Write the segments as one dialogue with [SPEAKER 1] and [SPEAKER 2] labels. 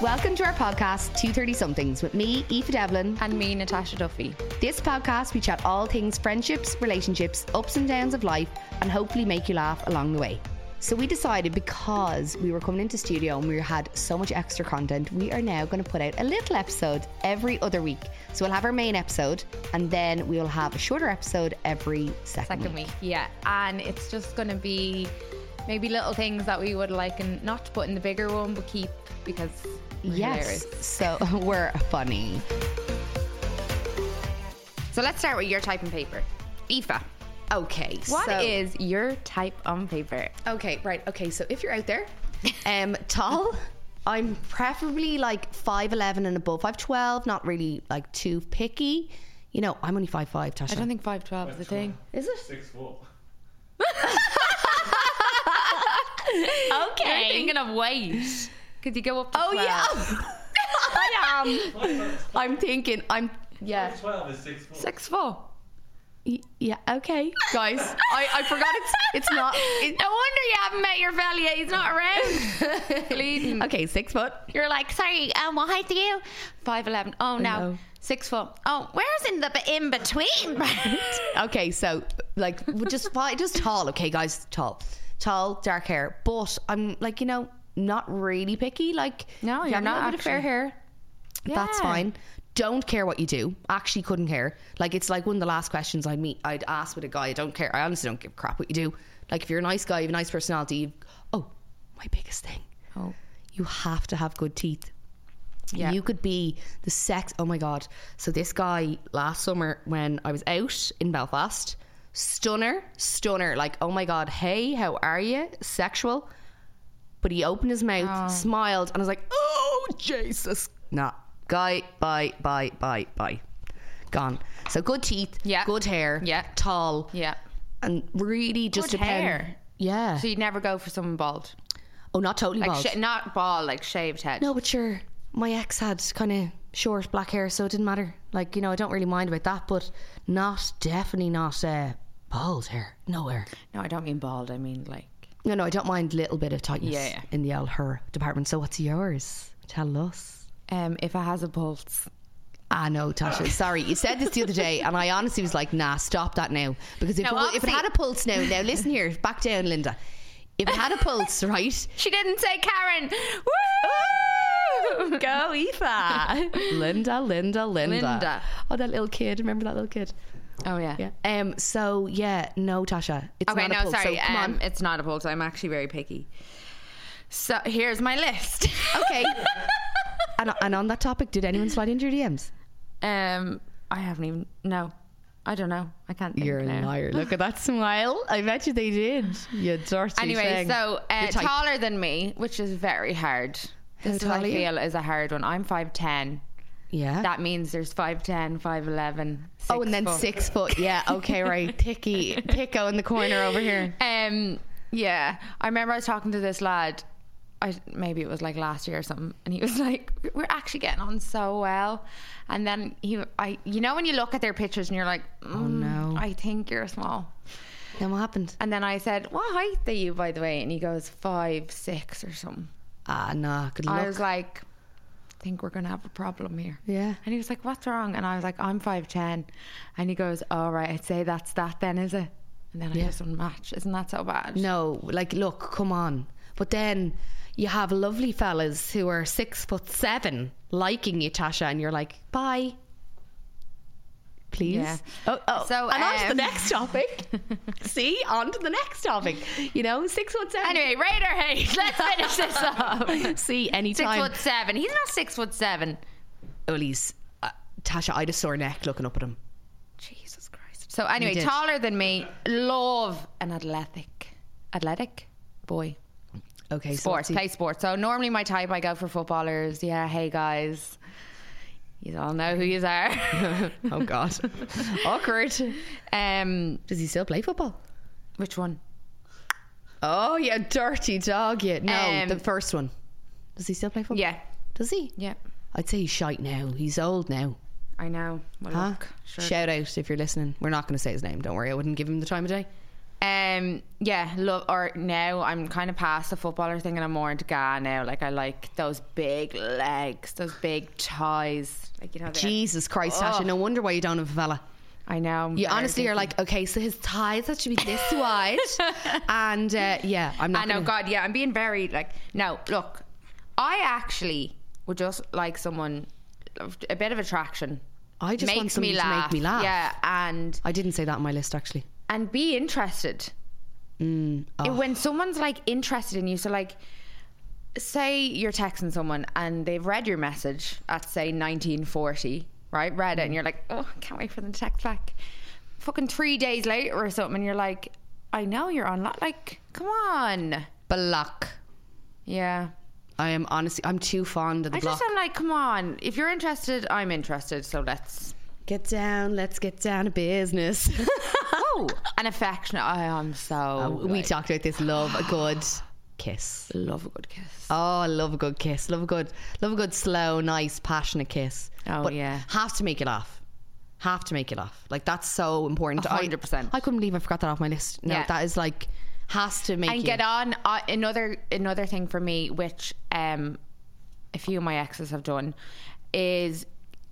[SPEAKER 1] Welcome to our podcast, 230 Somethings, with me, Aoife Devlin.
[SPEAKER 2] And me, Natasha Duffy.
[SPEAKER 1] This podcast, we chat all things friendships, relationships, ups and downs of life, and hopefully make you laugh along the way. So we decided because we were coming into studio and we had so much extra content, we are now going to put out a little episode every other week. So we'll have our main episode and then we will have a shorter episode every second,
[SPEAKER 2] Second week, yeah. And it's just going to be maybe little things that we would like and not to put in the bigger one, but keep because we're
[SPEAKER 1] Yes.
[SPEAKER 2] hilarious.
[SPEAKER 1] So we're funny.
[SPEAKER 2] So let's start with your type on paper. Aoife,
[SPEAKER 1] Okay.
[SPEAKER 2] What
[SPEAKER 1] so-
[SPEAKER 2] is your type on paper?
[SPEAKER 1] Okay, right. Okay, so if you're out there, um, tall, I'm preferably like five eleven and above, five twelve. Not really like too picky. You know, I'm only five five. Tasha,
[SPEAKER 2] I don't think 5'12 is a thing.
[SPEAKER 1] is it?
[SPEAKER 3] Six foot.
[SPEAKER 2] Okay. You're thinking of weight. Could you go up to
[SPEAKER 1] Oh
[SPEAKER 2] 12?
[SPEAKER 1] yeah, I am. I'm thinking. I'm yeah,
[SPEAKER 3] Twelve is six foot.
[SPEAKER 2] Six four.
[SPEAKER 1] Y- yeah. Okay, guys, I, I forgot it's it's not. It,
[SPEAKER 2] No wonder you haven't met your fella yet. He's not around. Bleeding.
[SPEAKER 1] okay, six foot.
[SPEAKER 2] You're like, sorry, um, what height are you? Five eleven. Oh
[SPEAKER 1] know.
[SPEAKER 2] no, six foot. Oh, where's in the b- in between? part?
[SPEAKER 1] Okay, so like we're just fi- just tall. Okay, guys, tall, tall, dark hair. But I'm like you know not really picky. Like
[SPEAKER 2] no,
[SPEAKER 1] if you
[SPEAKER 2] you're
[SPEAKER 1] have a
[SPEAKER 2] not.
[SPEAKER 1] little bit of fair hair. That's
[SPEAKER 2] Yeah.
[SPEAKER 1] fine. Don't care what you do. Actually, couldn't care. Like it's like one of the last questions I'd meet. I'd ask with a guy. I don't care. I honestly don't give a crap what you do. Like if you're a nice guy, you have a nice personality. You've, oh, my biggest thing.
[SPEAKER 2] Oh.
[SPEAKER 1] You have to have good teeth.
[SPEAKER 2] Yeah.
[SPEAKER 1] You could be the sex. Oh my god! So this guy last summer when I was out in Belfast, stunner, stunner. Like oh my god, hey, how are you? Sexual. But he opened his mouth, smiled, and I was like, oh Jesus, nah, guy, bye, bye, bye, bye, gone. So good teeth,
[SPEAKER 2] Yeah.
[SPEAKER 1] good hair,
[SPEAKER 2] Yeah.
[SPEAKER 1] tall,
[SPEAKER 2] Yeah.
[SPEAKER 1] and really just
[SPEAKER 2] Good
[SPEAKER 1] depend-
[SPEAKER 2] hair.
[SPEAKER 1] Yeah.
[SPEAKER 2] So you'd never go for someone bald,
[SPEAKER 1] oh, not totally
[SPEAKER 2] like
[SPEAKER 1] bald.
[SPEAKER 2] Sh- not bald, like shaved head.
[SPEAKER 1] No, but sure. My ex had kind of short black hair, so it didn't matter. Like, you know, I don't really mind about that, but not, definitely not uh, bald hair. Nowhere.
[SPEAKER 2] no, I don't mean bald. I mean like
[SPEAKER 1] No, no, I don't mind a little bit of tightness
[SPEAKER 2] Yeah, yeah.
[SPEAKER 1] in the old hair department. So what's yours? Tell us.
[SPEAKER 2] um, if it has a pulse.
[SPEAKER 1] Ah, no, Tasha. Sorry. You said this the other day, and I honestly was like, nah, stop that now. Because if,
[SPEAKER 2] No,
[SPEAKER 1] it, wa- if it
[SPEAKER 2] obviously-
[SPEAKER 1] had a pulse now, now listen here, back down, Linda. If it had a pulse, right?
[SPEAKER 2] She didn't say Karen. Woo!
[SPEAKER 1] Go, Aoife. Linda, Linda, Linda.
[SPEAKER 2] Linda.
[SPEAKER 1] Oh, that little kid. Remember that little kid?
[SPEAKER 2] Oh yeah.
[SPEAKER 1] Yeah. Um. So yeah, no, Tasha. It's
[SPEAKER 2] Okay,
[SPEAKER 1] not a
[SPEAKER 2] no,
[SPEAKER 1] pulse,
[SPEAKER 2] sorry.
[SPEAKER 1] So, come
[SPEAKER 2] um,
[SPEAKER 1] on.
[SPEAKER 2] It's not a pulse. I'm actually very picky. So here's my list.
[SPEAKER 1] Okay. and, and on that topic, did anyone slide into your DMs?
[SPEAKER 2] Um, I haven't even. No, I don't know. I can't. Think now.
[SPEAKER 1] Look at that smile. I bet you they did. You dirty
[SPEAKER 2] Anyway, so uh,
[SPEAKER 1] Your type.
[SPEAKER 2] taller than me, which is very hard. This is,
[SPEAKER 1] tall
[SPEAKER 2] I
[SPEAKER 1] are you?
[SPEAKER 2] feel is a hard one. I'm five ten.
[SPEAKER 1] yeah.
[SPEAKER 2] That means there's 5'10", 5'11",
[SPEAKER 1] oh, and then
[SPEAKER 2] foot.
[SPEAKER 1] six foot. Yeah. Okay. Right. Ticky, Ticko in the corner over here.
[SPEAKER 2] Um, yeah, I remember I was talking to this lad. I maybe it was like last year or something, and he was like, "We're actually getting on so well." And then he, I, you know, when you look at their pictures and you're like, "Oh
[SPEAKER 1] no.
[SPEAKER 2] I think you're small."
[SPEAKER 1] Then what happened?
[SPEAKER 2] And then I said, "What height are you, by the way?" And he goes, five six or something."
[SPEAKER 1] Ah, nah. Good luck.
[SPEAKER 2] I was like, I think we're going to have a problem here.
[SPEAKER 1] Yeah.
[SPEAKER 2] And he was like, What's wrong? And I was like, I'm 5'10. And he goes, All right, I'd say that's that then, is it? And then I just unmatch. Isn't that so bad?
[SPEAKER 1] No, like, look, come on. But then you have lovely fellas who are six foot seven liking you, Tasha, and you're like, bye. Please.
[SPEAKER 2] Yeah.
[SPEAKER 1] Oh, oh.
[SPEAKER 2] So,
[SPEAKER 1] and on to the
[SPEAKER 2] um,
[SPEAKER 1] next topic. See, on to the next topic. You know, six foot seven.
[SPEAKER 2] Anyway, Raider hate. Let's finish this up.
[SPEAKER 1] See,
[SPEAKER 2] Six
[SPEAKER 1] anytime.
[SPEAKER 2] foot seven. He's not six foot seven.
[SPEAKER 1] Well, he's, uh, Tasha, I had a sore neck looking up at him.
[SPEAKER 2] Jesus Christ. So anyway,
[SPEAKER 1] did.
[SPEAKER 2] taller than me. Love an athletic, athletic boy.
[SPEAKER 1] Okay,
[SPEAKER 2] sports,
[SPEAKER 1] so
[SPEAKER 2] play sports. So normally my type, I go for footballers. Yeah, hey guys, you all know who you are.
[SPEAKER 1] Oh, God. Awkward.
[SPEAKER 2] um,
[SPEAKER 1] Does he still play football?
[SPEAKER 2] which one?
[SPEAKER 1] Oh, yeah, dirty dog, yeah. No,
[SPEAKER 2] Um,
[SPEAKER 1] the first one. Does he still play football?
[SPEAKER 2] Yeah,
[SPEAKER 1] Does he?
[SPEAKER 2] yeah.
[SPEAKER 1] I'd say he's shite now. He's old now.
[SPEAKER 2] I know. Well,
[SPEAKER 1] Huh?
[SPEAKER 2] look, sure.
[SPEAKER 1] Shout out if you're listening. We're not going to say his name. Don't worry. I wouldn't give him the time of day.
[SPEAKER 2] Uh, Um, yeah, love or now I'm kind of past the footballer thing and I'm more into Ga now. Like I like those big legs, those big thighs. Like you know, they're-
[SPEAKER 1] Jesus Christ, Tasha.
[SPEAKER 2] Oh.
[SPEAKER 1] No wonder why you don't have a fella.
[SPEAKER 2] I know.
[SPEAKER 1] You honestly are like, okay, so his thighs have to be this wide. and uh, yeah, I'm
[SPEAKER 2] I
[SPEAKER 1] not.
[SPEAKER 2] know.
[SPEAKER 1] gonna-
[SPEAKER 2] God, yeah, I'm being very like. No, look, I actually would just like someone of- a bit of attraction.
[SPEAKER 1] I just
[SPEAKER 2] makes
[SPEAKER 1] want somebody
[SPEAKER 2] me
[SPEAKER 1] to
[SPEAKER 2] laugh.
[SPEAKER 1] make me laugh.
[SPEAKER 2] Yeah, and
[SPEAKER 1] I didn't say that on my list actually.
[SPEAKER 2] and be interested.
[SPEAKER 1] Mm, oh.
[SPEAKER 2] when someone's like interested in you so like say you're texting someone and they've read your message at say 1940 right read
[SPEAKER 1] Mm.
[SPEAKER 2] it and you're like oh can't wait for them to text back fucking three days later or something and you're like i know you're on lo- like come on
[SPEAKER 1] block.
[SPEAKER 2] yeah
[SPEAKER 1] I am honestly, I'm too fond of the
[SPEAKER 2] i
[SPEAKER 1] block.
[SPEAKER 2] just am like come on if you're interested i'm interested so let's
[SPEAKER 1] Get down, let's get down to business.
[SPEAKER 2] oh an affectionate i am so
[SPEAKER 1] we
[SPEAKER 2] like,
[SPEAKER 1] talked about this. Love a good kiss.
[SPEAKER 2] love a good kiss
[SPEAKER 1] Oh, I love a good kiss. Love a good, love a good slow, nice, passionate kiss.
[SPEAKER 2] Oh, yeah.
[SPEAKER 1] have to make it off. Have to make it off. Like that's so important. I-
[SPEAKER 2] 100%.
[SPEAKER 1] I, couldn't believe I forgot that off my list. No,
[SPEAKER 2] Yeah.
[SPEAKER 1] that is like has to make
[SPEAKER 2] and
[SPEAKER 1] you.
[SPEAKER 2] get on uh, another another thing for me which um a few of my exes have done is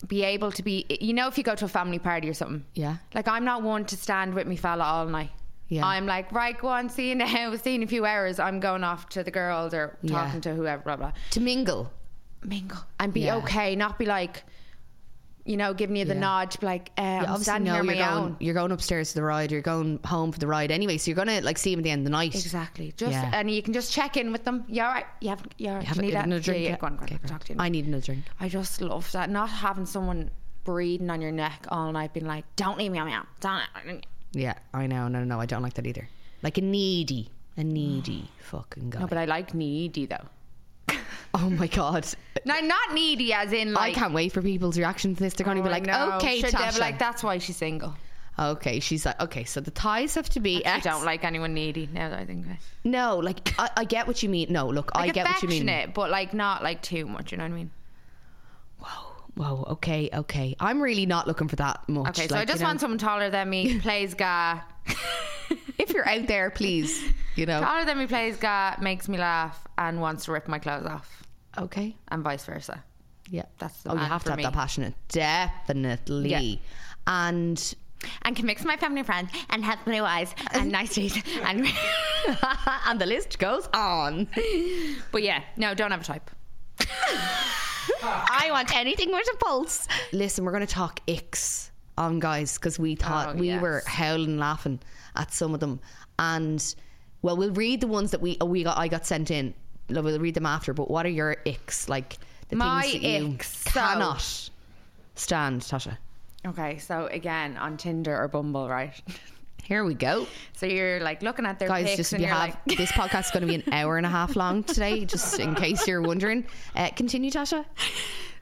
[SPEAKER 2] be able to be you know if you go to a family party or something
[SPEAKER 1] Yeah.
[SPEAKER 2] like i'm not one to stand with me fella all night
[SPEAKER 1] Yeah.
[SPEAKER 2] i'm like right go on see you now see you in a few hours i'm going off to the girls or
[SPEAKER 1] Yeah.
[SPEAKER 2] talking to whoever blah blah
[SPEAKER 1] to mingle.
[SPEAKER 2] mingle and be
[SPEAKER 1] Yeah.
[SPEAKER 2] okay not be like you know giving you the
[SPEAKER 1] Yeah.
[SPEAKER 2] nod to be like uh,
[SPEAKER 1] You
[SPEAKER 2] i'm
[SPEAKER 1] obviously know
[SPEAKER 2] standing here on
[SPEAKER 1] you're
[SPEAKER 2] my
[SPEAKER 1] going,
[SPEAKER 2] own
[SPEAKER 1] you're going upstairs to the ride. You're going home for the ride anyway. So you're gonna like see him at the end of the night.
[SPEAKER 2] Exactly. Just
[SPEAKER 1] Yeah.
[SPEAKER 2] and you can just check in with them. You all right? You have you, all right?
[SPEAKER 1] Have
[SPEAKER 2] Do you
[SPEAKER 1] a-
[SPEAKER 2] need that?
[SPEAKER 1] another drink.
[SPEAKER 2] Yeah, yeah,
[SPEAKER 1] yeah.
[SPEAKER 2] go on, go on,
[SPEAKER 1] Okay,
[SPEAKER 2] I'll
[SPEAKER 1] great.
[SPEAKER 2] talk to you.
[SPEAKER 1] I need another drink.
[SPEAKER 2] I just love that. Not having someone breathing on your neck all night, being like, "Don't leave me on my own." Don't.
[SPEAKER 1] Yeah, I know. No, no, no. I don't like that either. Like a needy, a needy fucking guy.
[SPEAKER 2] No, but I like needy though.
[SPEAKER 1] oh my god.
[SPEAKER 2] No, not needy as in
[SPEAKER 1] I
[SPEAKER 2] like. Oh,
[SPEAKER 1] can't wait for people's reaction to this. They're going to be
[SPEAKER 2] I
[SPEAKER 1] like,
[SPEAKER 2] know.
[SPEAKER 1] okay,
[SPEAKER 2] Sure, they'll
[SPEAKER 1] Tasha.
[SPEAKER 2] be like that's why she's single.
[SPEAKER 1] Okay, she's like, okay, so the ties have to be.
[SPEAKER 2] I
[SPEAKER 1] X.
[SPEAKER 2] don't like anyone needy. Now that I think of it,
[SPEAKER 1] No, like I, I get what you mean. No, look,
[SPEAKER 2] like
[SPEAKER 1] I get what you mean.
[SPEAKER 2] affectionate, but like not like too much. You know what I mean?
[SPEAKER 1] Whoa, okay, okay. I'm really not looking for that much.
[SPEAKER 2] Okay, so
[SPEAKER 1] like,
[SPEAKER 2] I just
[SPEAKER 1] you know,
[SPEAKER 2] want someone taller than me, plays ga.
[SPEAKER 1] If you're out there, please, you know.
[SPEAKER 2] taller than me, plays ga, makes me laugh, and wants to rip my clothes off.
[SPEAKER 1] Okay,
[SPEAKER 2] and vice versa.
[SPEAKER 1] yeah,
[SPEAKER 2] That's the
[SPEAKER 1] oh, you
[SPEAKER 2] man
[SPEAKER 1] have to
[SPEAKER 2] for
[SPEAKER 1] have
[SPEAKER 2] me.
[SPEAKER 1] that passionate, definitely.
[SPEAKER 2] Yeah.
[SPEAKER 1] And
[SPEAKER 2] And can mix my family friends and have blue eyes and nice teeth and
[SPEAKER 1] and the list goes on.
[SPEAKER 2] But yeah, no, don't have a type.
[SPEAKER 1] I want anything with a pulse. Listen, we're going to talk icks on guys because we thought
[SPEAKER 2] Oh,
[SPEAKER 1] we
[SPEAKER 2] yes.
[SPEAKER 1] were howling laughing at some of them, and well, we'll read the ones that we oh, we got I got sent in. Lo- We'll read them after. But what are your icks like? The
[SPEAKER 2] My
[SPEAKER 1] things that you
[SPEAKER 2] icks, so-
[SPEAKER 1] cannot stand, Tasha.
[SPEAKER 2] Okay, so again on Tinder or Bumble, right?
[SPEAKER 1] Here we go,
[SPEAKER 2] So you're like looking at their
[SPEAKER 1] guys.
[SPEAKER 2] pics
[SPEAKER 1] Just if
[SPEAKER 2] and
[SPEAKER 1] you
[SPEAKER 2] you're
[SPEAKER 1] have
[SPEAKER 2] like,
[SPEAKER 1] this podcast is going to be an hour and a half long today, just in case you're wondering. Uh, continue, Tasha.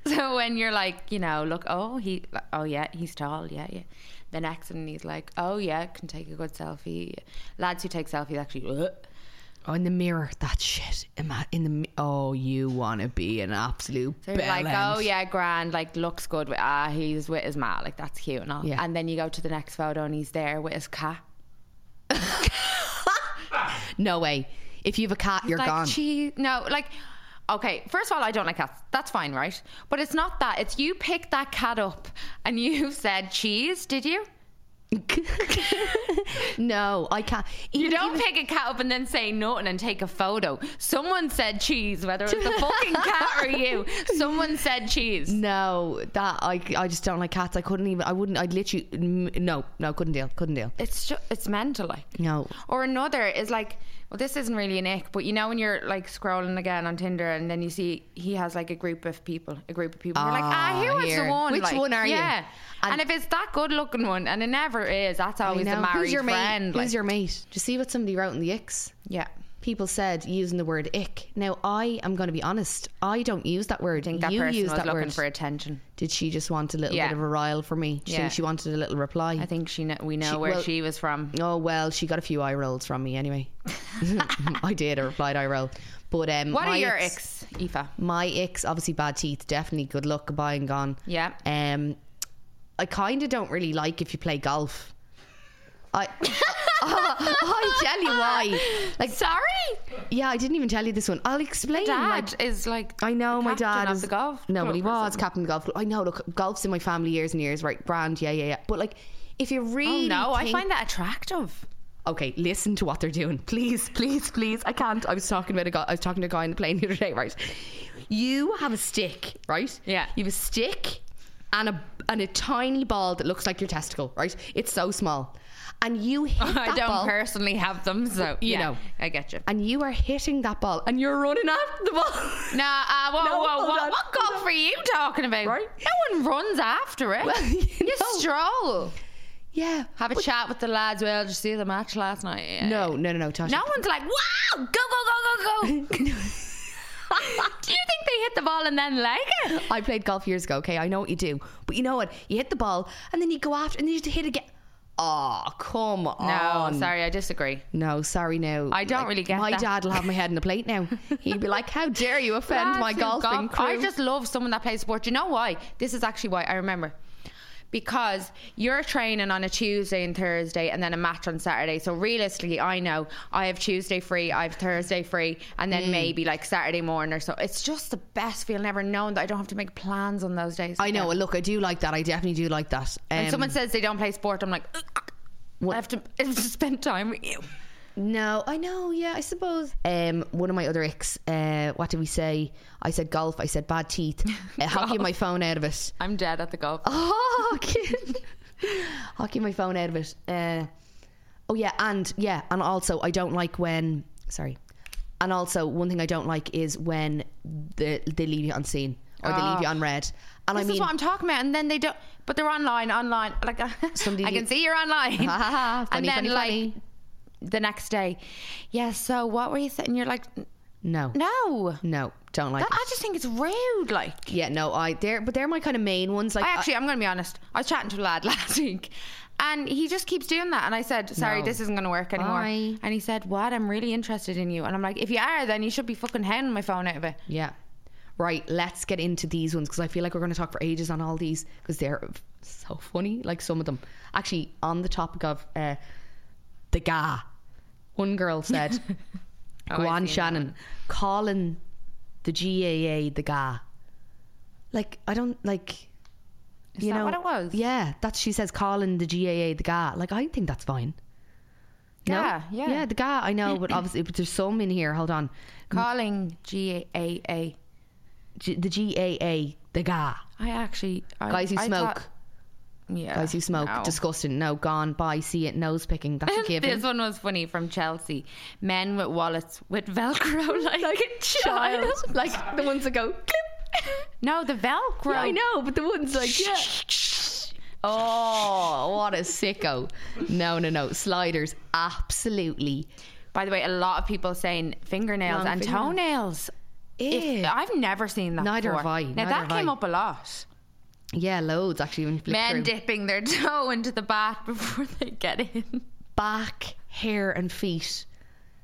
[SPEAKER 2] so when you're like, you know, look, oh he, oh yeah, he's tall, yeah, yeah. The next one he's like, oh yeah, can take a good selfie. Lads who take selfies actually. uh, Ugh.
[SPEAKER 1] Oh, in the mirror, that shit. Ima- In the mi- oh, you want to be an absolute
[SPEAKER 2] So you're like,
[SPEAKER 1] bellend.
[SPEAKER 2] oh yeah, grand, like looks good. With, ah, he's with his ma, like that's cute and all.
[SPEAKER 1] Yeah.
[SPEAKER 2] And then you go to the next photo and he's there with his cat.
[SPEAKER 1] No way. If you have a cat, you're
[SPEAKER 2] like,
[SPEAKER 1] gone.
[SPEAKER 2] Gee, no, like, okay. First of all, I don't like cats. That's fine, right? But it's not that. It's you picked that cat up and you said cheese. Did you?
[SPEAKER 1] no, I can't.
[SPEAKER 2] You
[SPEAKER 1] Even-
[SPEAKER 2] don't
[SPEAKER 1] even-
[SPEAKER 2] pick a cat up and then say nothing and take a photo. Someone said cheese, whether it's the fucking cat or you. Someone said cheese.
[SPEAKER 1] no, that I, I just don't like cats. I couldn't even. I wouldn't. I'd literally. mm, No, no, couldn't deal. Couldn't deal.
[SPEAKER 2] It's just, it's mental, like.
[SPEAKER 1] No.
[SPEAKER 2] Or another is like, well, this isn't really an ick, but you know when you're like scrolling again on Tinder and then you see he has like a group of people, a group of people. You're like, ah,
[SPEAKER 1] Ah,
[SPEAKER 2] who is the
[SPEAKER 1] here.
[SPEAKER 2] one?
[SPEAKER 1] Which
[SPEAKER 2] Like,
[SPEAKER 1] one are you?
[SPEAKER 2] Yeah.
[SPEAKER 1] And-
[SPEAKER 2] And, if it's that good looking one, and it never is, that's always
[SPEAKER 1] I
[SPEAKER 2] the
[SPEAKER 1] know.
[SPEAKER 2] married
[SPEAKER 1] Who's your
[SPEAKER 2] friend.
[SPEAKER 1] mate?
[SPEAKER 2] like-
[SPEAKER 1] Who's your mate? Do you see what somebody wrote in the icks?
[SPEAKER 2] yeah.
[SPEAKER 1] People said using the word ick. Now I am going to be honest. I don't use that word.
[SPEAKER 2] I think that
[SPEAKER 1] you
[SPEAKER 2] person
[SPEAKER 1] use
[SPEAKER 2] was
[SPEAKER 1] that
[SPEAKER 2] looking
[SPEAKER 1] word.
[SPEAKER 2] for attention.
[SPEAKER 1] Did she just want a little
[SPEAKER 2] Yeah.
[SPEAKER 1] bit of a rile for me? Do you
[SPEAKER 2] Yeah.
[SPEAKER 1] think she wanted a little reply?
[SPEAKER 2] I think she kn- we know
[SPEAKER 1] She-
[SPEAKER 2] where
[SPEAKER 1] well-
[SPEAKER 2] she was from.
[SPEAKER 1] Oh well, she got a few eye rolls from me anyway. I did. I replied eye roll. But um,
[SPEAKER 2] What
[SPEAKER 1] my
[SPEAKER 2] are your
[SPEAKER 1] icks-
[SPEAKER 2] icks, Aoife?
[SPEAKER 1] My icks, obviously bad teeth. Definitely good luck. Goodbye and gone.
[SPEAKER 2] Yeah.
[SPEAKER 1] Um, I kind of don't really like if you play golf. I. I tell you why. Like,
[SPEAKER 2] Sorry,
[SPEAKER 1] yeah, I didn't even tell you this one. I'll explain. my
[SPEAKER 2] Dad is like.
[SPEAKER 1] I know my
[SPEAKER 2] captain
[SPEAKER 1] dad
[SPEAKER 2] of
[SPEAKER 1] is
[SPEAKER 2] the golf
[SPEAKER 1] No, but he
[SPEAKER 2] club or
[SPEAKER 1] was
[SPEAKER 2] something.
[SPEAKER 1] captain of the golf. Club. I know. Look, golf's in my family years and years, right? Brand, yeah, yeah, yeah. But like, if you
[SPEAKER 2] Oh
[SPEAKER 1] really
[SPEAKER 2] no, I
[SPEAKER 1] think-
[SPEAKER 2] find that attractive.
[SPEAKER 1] okay, listen to what they're doing, please, please, please. I can't. I was talking about a guy. I was talking to a guy on the plane the other day, right? You have a stick, right?
[SPEAKER 2] Yeah.
[SPEAKER 1] You have a stick and a and a tiny ball that looks like your testicle, right? It's so small, and you hit
[SPEAKER 2] I
[SPEAKER 1] that
[SPEAKER 2] don't
[SPEAKER 1] ball.
[SPEAKER 2] personally have them, so
[SPEAKER 1] You
[SPEAKER 2] you yeah,
[SPEAKER 1] know.
[SPEAKER 2] know, I get you.
[SPEAKER 1] And you are hitting that ball, and you're running after the ball.
[SPEAKER 2] No, uh, whoa,
[SPEAKER 1] No,
[SPEAKER 2] whoa,
[SPEAKER 1] hold
[SPEAKER 2] whoa,
[SPEAKER 1] on,
[SPEAKER 2] what
[SPEAKER 1] hold
[SPEAKER 2] golf are you talking about?
[SPEAKER 1] Right?
[SPEAKER 2] No one runs after it.
[SPEAKER 1] Well, you
[SPEAKER 2] you
[SPEAKER 1] know.
[SPEAKER 2] stroll.
[SPEAKER 1] Yeah.
[SPEAKER 2] Have a chat with the lads. Well, did you see the match last night? Yeah.
[SPEAKER 1] No, no, no, no, Tasha.
[SPEAKER 2] No one's like, wow, go, go, go, go, go. Do you think they hit the ball and then like it?
[SPEAKER 1] I played golf years ago, okay? I know what you do. But you know what? You hit the ball and then you go after and then you just hit again. Oh, come on.
[SPEAKER 2] No, sorry, I disagree.
[SPEAKER 1] No, sorry no.
[SPEAKER 2] I don't really get
[SPEAKER 1] My
[SPEAKER 2] that.
[SPEAKER 1] dad will have my head in a plate now. He'd be like, How dare you offend
[SPEAKER 2] Lads
[SPEAKER 1] my
[SPEAKER 2] who
[SPEAKER 1] golfing
[SPEAKER 2] golf-
[SPEAKER 1] crew?
[SPEAKER 2] I just love someone that plays sport. Do you know why? This is actually why I remember. Because you're training on a Tuesday and Thursday and then a match on Saturday. So realistically, I know I have Tuesday free, I have Thursday free, and
[SPEAKER 1] Mm.
[SPEAKER 2] then maybe like Saturday morning or so. It's just the best feeling ever knowing that I don't have to make plans on those days.
[SPEAKER 1] I know. Well, Look, I do like that. I definitely do like that. Um,
[SPEAKER 2] When someone says they don't play sport, I'm like, I have to, I have to spend time with you.
[SPEAKER 1] No, I know. Yeah, I suppose. Um, one of my other icks. Uh, what did we say? I said golf. I said bad teeth. Uh, hockey my phone out of it.
[SPEAKER 2] I'm dead at the golf.
[SPEAKER 1] Oh, kid. I'll keep my phone out of it. Uh, oh yeah, and yeah, and also I don't like when. Sorry, and also one thing I don't like is when the, they leave you on scene or they leave you on red. And I
[SPEAKER 2] Oh. This is
[SPEAKER 1] mean,
[SPEAKER 2] what I'm talking about. And then they don't, but they're online, online. Like,
[SPEAKER 1] Somebody-
[SPEAKER 2] I can see you're online.
[SPEAKER 1] Ha, ha, ha. Funny,
[SPEAKER 2] and then,
[SPEAKER 1] funny,
[SPEAKER 2] like,
[SPEAKER 1] funny.
[SPEAKER 2] the next day, yeah, so what were you saying? You're like,
[SPEAKER 1] no, no,
[SPEAKER 2] no.
[SPEAKER 1] don't like.
[SPEAKER 2] That, I just think it's rude. Like,
[SPEAKER 1] yeah, no, I they're but they're my kind of main ones. Like, I-
[SPEAKER 2] I actually, I'm going to be honest. I was chatting to a lad last week and he just keeps doing that. And I said, sorry,
[SPEAKER 1] No.
[SPEAKER 2] this isn't going to work anymore.
[SPEAKER 1] Bye.
[SPEAKER 2] And he said, what? I'm really interested in you. And I'm like, if you are, then you should be fucking handing my phone out of it.
[SPEAKER 1] yeah. Right, let's get into these ones because I feel like we're going to talk for ages on all these because they're so funny. Like some of them, actually, on the topic of uh, the guy, one girl said,
[SPEAKER 2] Oh,
[SPEAKER 1] Go
[SPEAKER 2] I've
[SPEAKER 1] on,
[SPEAKER 2] seen
[SPEAKER 1] Shannon. Calling the GAA the guy. Like, I don't like.
[SPEAKER 2] Is
[SPEAKER 1] you
[SPEAKER 2] that
[SPEAKER 1] know
[SPEAKER 2] what it was?
[SPEAKER 1] Yeah, that she says calling the GAA the guy. Like, I think that's fine. No?
[SPEAKER 2] Yeah, yeah.
[SPEAKER 1] yeah, the guy. I know, but obviously, but there's some in here. Hold on,
[SPEAKER 2] Calling GAA.
[SPEAKER 1] G- the GAA, the guy.
[SPEAKER 2] I actually. I,
[SPEAKER 1] Guys who
[SPEAKER 2] I
[SPEAKER 1] smoke,
[SPEAKER 2] thought- yeah.
[SPEAKER 1] guys who smoke,
[SPEAKER 2] no.
[SPEAKER 1] disgusting. No, gone, bye, see it, nose picking. That's a
[SPEAKER 2] this
[SPEAKER 1] given.
[SPEAKER 2] one was funny from Chelsea. Men with wallets with Velcro like, a child.
[SPEAKER 1] like the ones that go. Clip.
[SPEAKER 2] No, the Velcro.
[SPEAKER 1] I know, but the ones like yeah. Oh, what a sicko. No, no, no. Sliders, absolutely.
[SPEAKER 2] By the way, a lot of people saying fingernails
[SPEAKER 1] Long
[SPEAKER 2] and
[SPEAKER 1] fingernails.
[SPEAKER 2] toenails. If- I've never seen that.
[SPEAKER 1] Neither
[SPEAKER 2] before.
[SPEAKER 1] have I,
[SPEAKER 2] Now
[SPEAKER 1] neither
[SPEAKER 2] that
[SPEAKER 1] have
[SPEAKER 2] came
[SPEAKER 1] I.
[SPEAKER 2] up a lot.
[SPEAKER 1] Yeah, loads actually. When you flick
[SPEAKER 2] Men
[SPEAKER 1] through.
[SPEAKER 2] dipping their toe into the bath before they get in.
[SPEAKER 1] Back, hair, and feet.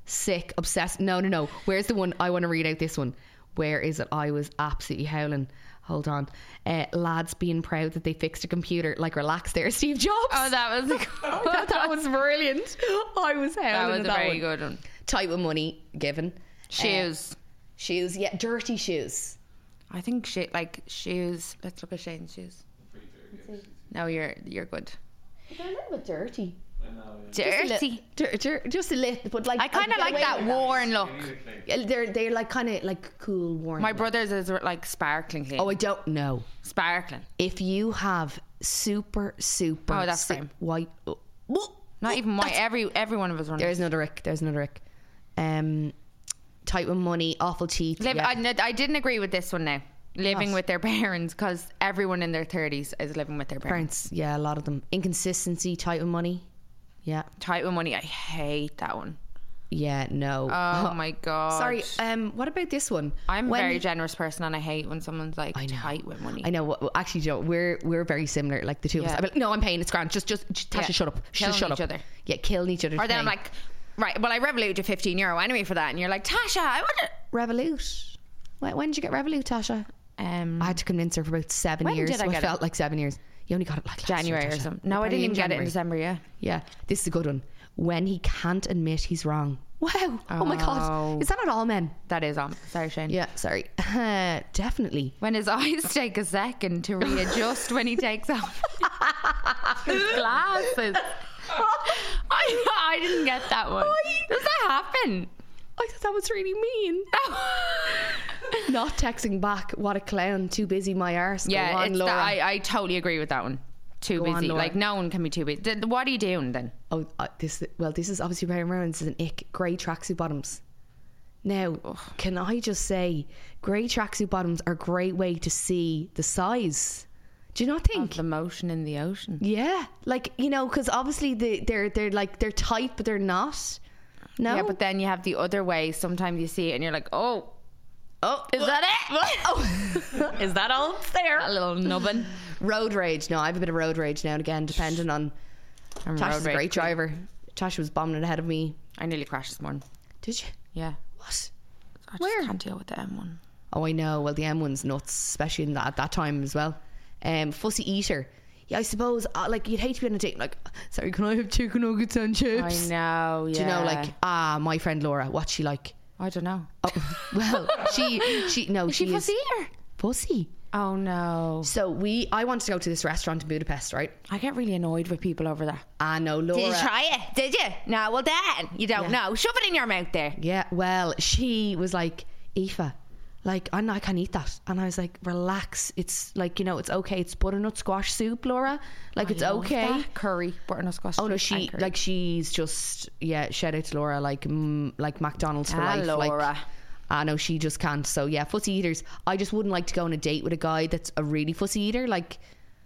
[SPEAKER 1] Sick, obsessed. No, no, no. Where's the one? I want to read out this one. Where is it? I was absolutely howling. Hold on. Uh, lads being proud that they fixed a computer. Like, relax there, Steve Jobs.
[SPEAKER 2] Oh, that was
[SPEAKER 1] that, that was brilliant. I was howling.
[SPEAKER 2] that was
[SPEAKER 1] at
[SPEAKER 2] a
[SPEAKER 1] that
[SPEAKER 2] very
[SPEAKER 1] one. Uh,
[SPEAKER 2] good one.
[SPEAKER 1] Type of money given. Uh,
[SPEAKER 2] Shoes.
[SPEAKER 1] shoes, yeah, dirty shoes.
[SPEAKER 2] I think she, like shoes. Let's look at Shane's shoes. No, you're you're good.
[SPEAKER 1] They're a little bit dirty.
[SPEAKER 2] Dirty.
[SPEAKER 1] Dir- dir- just a little, but like
[SPEAKER 2] I kind of
[SPEAKER 1] get
[SPEAKER 2] like
[SPEAKER 1] away
[SPEAKER 2] that
[SPEAKER 1] with
[SPEAKER 2] worn look.
[SPEAKER 1] Yeah, They're they're like kind of like cool worn.
[SPEAKER 2] My brother's is like sparkling clean.
[SPEAKER 1] oh, I don't know
[SPEAKER 2] sparkling.
[SPEAKER 1] if you have super super.
[SPEAKER 2] Oh, that's fine.
[SPEAKER 1] white. Oh, whoa,
[SPEAKER 2] Not
[SPEAKER 1] whoa,
[SPEAKER 2] even my
[SPEAKER 1] that's-
[SPEAKER 2] every every one of us. Running.
[SPEAKER 1] There's another Rick. There's another Rick. Um, tight with money, awful teeth.
[SPEAKER 2] Liv-
[SPEAKER 1] yeah.
[SPEAKER 2] I, n- I didn't agree with this one now. Living
[SPEAKER 1] What?
[SPEAKER 2] with their parents because everyone in their thirties is living with their parents.
[SPEAKER 1] Parents, yeah, a lot of them. Inconsistency, tight with money. Yeah,
[SPEAKER 2] Tight with money. I hate that one.
[SPEAKER 1] yeah, no.
[SPEAKER 2] Oh my god.
[SPEAKER 1] Sorry. Um, what about this one?
[SPEAKER 2] I'm
[SPEAKER 1] When-
[SPEAKER 2] a very generous person and I hate when someone's like
[SPEAKER 1] know.
[SPEAKER 2] tight with money.
[SPEAKER 1] I know. Well, actually, Joe, we're we're very similar. Like the two of us.
[SPEAKER 2] Yeah.
[SPEAKER 1] I'm like, no, I'm paying. It's grand. Just, just, just Tasha,
[SPEAKER 2] Yeah.
[SPEAKER 1] shut up.
[SPEAKER 2] Killing
[SPEAKER 1] just shut
[SPEAKER 2] each
[SPEAKER 1] up.
[SPEAKER 2] other.
[SPEAKER 1] Yeah, killing each other.
[SPEAKER 2] or then I'm like, right, well I revoluted you 15 euro anyway for that and you're like, Tasha, I want
[SPEAKER 1] Revolut. When, when did you get Revolut, Tasha?
[SPEAKER 2] to um
[SPEAKER 1] I had to convince her for about seven
[SPEAKER 2] When
[SPEAKER 1] years.
[SPEAKER 2] did I
[SPEAKER 1] so
[SPEAKER 2] get it?
[SPEAKER 1] felt like seven years. You only got it like last year,
[SPEAKER 2] January or
[SPEAKER 1] Tasha.
[SPEAKER 2] something. No, I
[SPEAKER 1] Probably in
[SPEAKER 2] didn't even get it in
[SPEAKER 1] January.
[SPEAKER 2] December, yeah.
[SPEAKER 1] Yeah, this is a good one. when he can't admit he's wrong. Wow. Oh, my
[SPEAKER 2] Oh.
[SPEAKER 1] God. Is that not all men?
[SPEAKER 2] That is on. Sorry, Shane.
[SPEAKER 1] Yeah, sorry. Uh, definitely.
[SPEAKER 2] When his eyes take a second to readjust when he takes off his glasses. I, I didn't get that one. Does that happen?
[SPEAKER 1] I thought that was really mean.
[SPEAKER 2] No.
[SPEAKER 1] Not texting back. What a clown. Too busy, my arse. Go
[SPEAKER 2] yeah,
[SPEAKER 1] on,
[SPEAKER 2] it's the,
[SPEAKER 1] Laura.
[SPEAKER 2] I, I totally agree with that one. Too
[SPEAKER 1] Go on,
[SPEAKER 2] busy.
[SPEAKER 1] Laura.
[SPEAKER 2] like, no one can be too busy. Th- th- What are you doing then?
[SPEAKER 1] Oh, uh, this well, this is obviously Mary Marilyn. This is an ick. Grey tracksuit bottoms. Now, can I just say, grey tracksuit bottoms are a great way to see the size. Do you not think?
[SPEAKER 2] The motion in the ocean.
[SPEAKER 1] Yeah, like you know, because obviously the, they're they're like they're tight, but they're not. No,
[SPEAKER 2] Yeah, but then you have the other way. Sometimes you see it and you're like, oh,
[SPEAKER 1] oh,
[SPEAKER 2] is that it?
[SPEAKER 1] oh, is that all It's there?
[SPEAKER 2] A little nubbin.
[SPEAKER 1] Road rage. No, I have a bit of road rage now and again, depending on.
[SPEAKER 2] I'm
[SPEAKER 1] Tash
[SPEAKER 2] road
[SPEAKER 1] is a
[SPEAKER 2] rage.
[SPEAKER 1] great driver. Tash was bombing ahead of me.
[SPEAKER 2] I nearly crashed this morning.
[SPEAKER 1] Did you?
[SPEAKER 2] Yeah.
[SPEAKER 1] What?
[SPEAKER 2] I just
[SPEAKER 1] Where?
[SPEAKER 2] can't deal with the M1.
[SPEAKER 1] Oh, I know. Well, the M1's nuts, especially in that, at that time as well. Um, fussy eater. Yeah, I suppose, uh, like, you'd hate to be on a date, and like, sorry, can I have chicken nuggets and
[SPEAKER 2] I
[SPEAKER 1] chips?
[SPEAKER 2] know, yeah.
[SPEAKER 1] Do you know, like, ah, my friend Laura, what's she like?
[SPEAKER 2] I don't know.
[SPEAKER 1] Oh, well, she, she, no, she, is
[SPEAKER 2] here.
[SPEAKER 1] fussy.
[SPEAKER 2] Oh no.
[SPEAKER 1] So we, I wanted to go to this restaurant in Budapest, right?
[SPEAKER 2] I get really annoyed with people over that. uh,
[SPEAKER 1] I know Laura.
[SPEAKER 2] it? Did you? No, well then. You don't know. Shove it in your mouth there.
[SPEAKER 1] Yeah, well, she was like, Aoife, like, I, I can't eat that. And I was like, relax. It's like, you know, it's okay. It's butternut squash soup, Laura. Like, it's okay.
[SPEAKER 2] Curry, butternut squash.
[SPEAKER 1] Oh no, she like she's just yeah. Shout out to Laura, like mm, like McDonald's for
[SPEAKER 2] Ah,
[SPEAKER 1] life. Like,
[SPEAKER 2] Laura.
[SPEAKER 1] I know she just can't. So yeah, fussy eaters. I just wouldn't like to go on a date with a guy that's a really fussy eater. Like,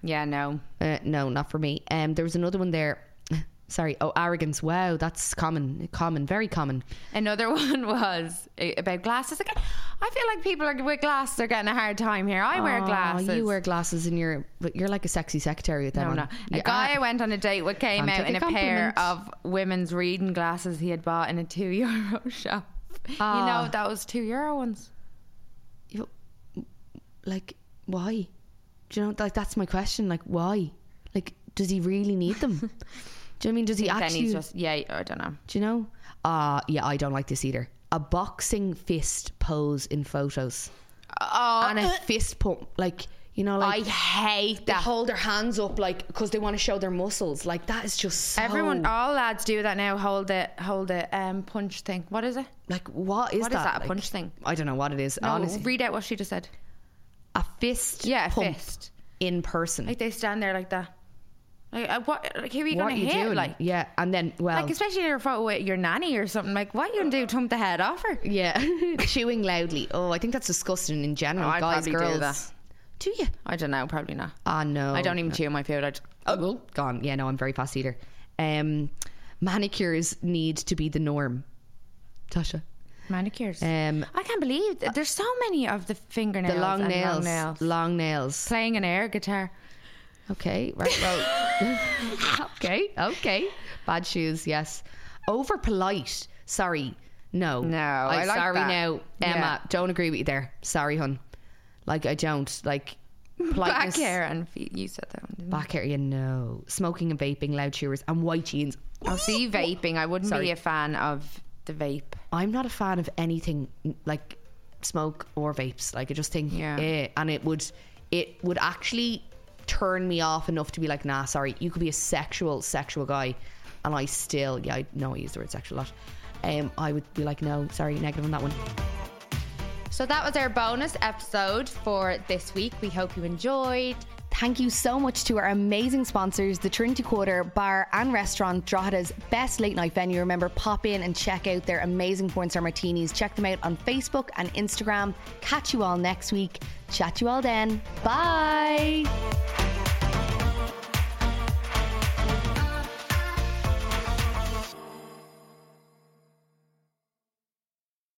[SPEAKER 2] Yeah, no.
[SPEAKER 1] uh, no, not for me. Um, there was another one there. Sorry. Oh, arrogance. Wow, that's common. Common. Very common.
[SPEAKER 2] Another one was uh, about glasses. Again, I feel like people are with glasses are getting a hard time here. I wear
[SPEAKER 1] Aw,
[SPEAKER 2] glasses.
[SPEAKER 1] You wear glasses, and you're but you're like a sexy secretary with them.
[SPEAKER 2] No,
[SPEAKER 1] on.
[SPEAKER 2] no. A
[SPEAKER 1] You
[SPEAKER 2] guy I
[SPEAKER 1] are.
[SPEAKER 2] went on a date with came
[SPEAKER 1] Can't
[SPEAKER 2] out
[SPEAKER 1] take
[SPEAKER 2] in
[SPEAKER 1] a
[SPEAKER 2] a pair of
[SPEAKER 1] compliment.
[SPEAKER 2] women's reading glasses he had bought in a two euro shop. you
[SPEAKER 1] Ah.
[SPEAKER 2] know those two euro ones.
[SPEAKER 1] You- like why? Do you know? Like that's my question. Like why? Like does he really need them? Do you know what I mean? Does he
[SPEAKER 2] Then he's
[SPEAKER 1] actually?
[SPEAKER 2] just yeah. I don't know.
[SPEAKER 1] Do you know? Ah, yeah, I don't like this either. A boxing fist pose in photos
[SPEAKER 2] Oh,
[SPEAKER 1] and a fist pump, like you know,
[SPEAKER 2] I
[SPEAKER 1] like
[SPEAKER 2] hate
[SPEAKER 1] they
[SPEAKER 2] that.
[SPEAKER 1] hold their hands up, like because they want to show their muscles. Like that is just so,
[SPEAKER 2] Everyone, uh, all lads do that now. Hold it, hold it. Um, punch thing. What is it?
[SPEAKER 1] like what is
[SPEAKER 2] What is
[SPEAKER 1] that?
[SPEAKER 2] that? A
[SPEAKER 1] Like,
[SPEAKER 2] punch thing?
[SPEAKER 1] I don't know what it is.
[SPEAKER 2] No,
[SPEAKER 1] honestly,
[SPEAKER 2] read out what she just said.
[SPEAKER 1] a fist,
[SPEAKER 2] Yeah, a
[SPEAKER 1] pump
[SPEAKER 2] fist.
[SPEAKER 1] in person.
[SPEAKER 2] Like they stand there like that. Like uh, what? Like who are you
[SPEAKER 1] what
[SPEAKER 2] gonna
[SPEAKER 1] are you
[SPEAKER 2] hit?
[SPEAKER 1] doing? Oh.
[SPEAKER 2] Like,
[SPEAKER 1] yeah, and then well,
[SPEAKER 2] like especially your photo with your nanny or something. Like what you gonna do? Tump the head off her?
[SPEAKER 1] Yeah, chewing loudly. Oh, I think that's disgusting in general.
[SPEAKER 2] Oh, I'd
[SPEAKER 1] Guys,
[SPEAKER 2] probably do
[SPEAKER 1] girls.
[SPEAKER 2] that.
[SPEAKER 1] Do you?
[SPEAKER 2] I don't know. Probably not.
[SPEAKER 1] Ah, no.
[SPEAKER 2] I don't even chew my food. I just,
[SPEAKER 1] Oh, well, gone. Yeah, no, I'm very fast eater. Um, manicures need to be the norm. Tasha.
[SPEAKER 2] manicures.
[SPEAKER 1] Um,
[SPEAKER 2] Eh. I can't believe th- there's so many of the fingernails.
[SPEAKER 1] the long
[SPEAKER 2] and
[SPEAKER 1] nails,
[SPEAKER 2] Long nails.
[SPEAKER 1] Long nails.
[SPEAKER 2] Playing an air guitar.
[SPEAKER 1] Okay, right. Well, okay,
[SPEAKER 2] Oh,
[SPEAKER 1] okay. Bad shoes. Yes. Over polite. Sorry. No.
[SPEAKER 2] No, I like
[SPEAKER 1] sorry
[SPEAKER 2] that.
[SPEAKER 1] now, Emma.
[SPEAKER 2] Yeah.
[SPEAKER 1] Don't agree with you there. Sorry, hun. Like I don't like
[SPEAKER 2] Back
[SPEAKER 1] politeness.
[SPEAKER 2] hair and feet. You said that one. Didn't you?
[SPEAKER 1] Back area, no. Smoking and vaping, loud cheers, and white jeans.
[SPEAKER 2] I'll see vaping. I wouldn't
[SPEAKER 1] Sorry.
[SPEAKER 2] be a fan of the vape.
[SPEAKER 1] I'm not a fan of anything like smoke or vapes. Like I just think,
[SPEAKER 2] Yeah.
[SPEAKER 1] eh, and it would, it would actually turn me off enough to be like, nah, sorry. You could be a sexual, sexual guy, and I still, yeah, I know I use the word sexual a lot. Um, I would be like, no, sorry, negative on that one.
[SPEAKER 2] So that was our bonus episode for this week. We hope you enjoyed.
[SPEAKER 1] Thank you so much to our amazing sponsors, the Trinity Quarter Bar and Restaurant, Drogheda's best late night venue. Remember, pop in and check out their amazing porn star martinis. Check them out on Facebook and Instagram. Catch you all next week. Chat you all then. Bye.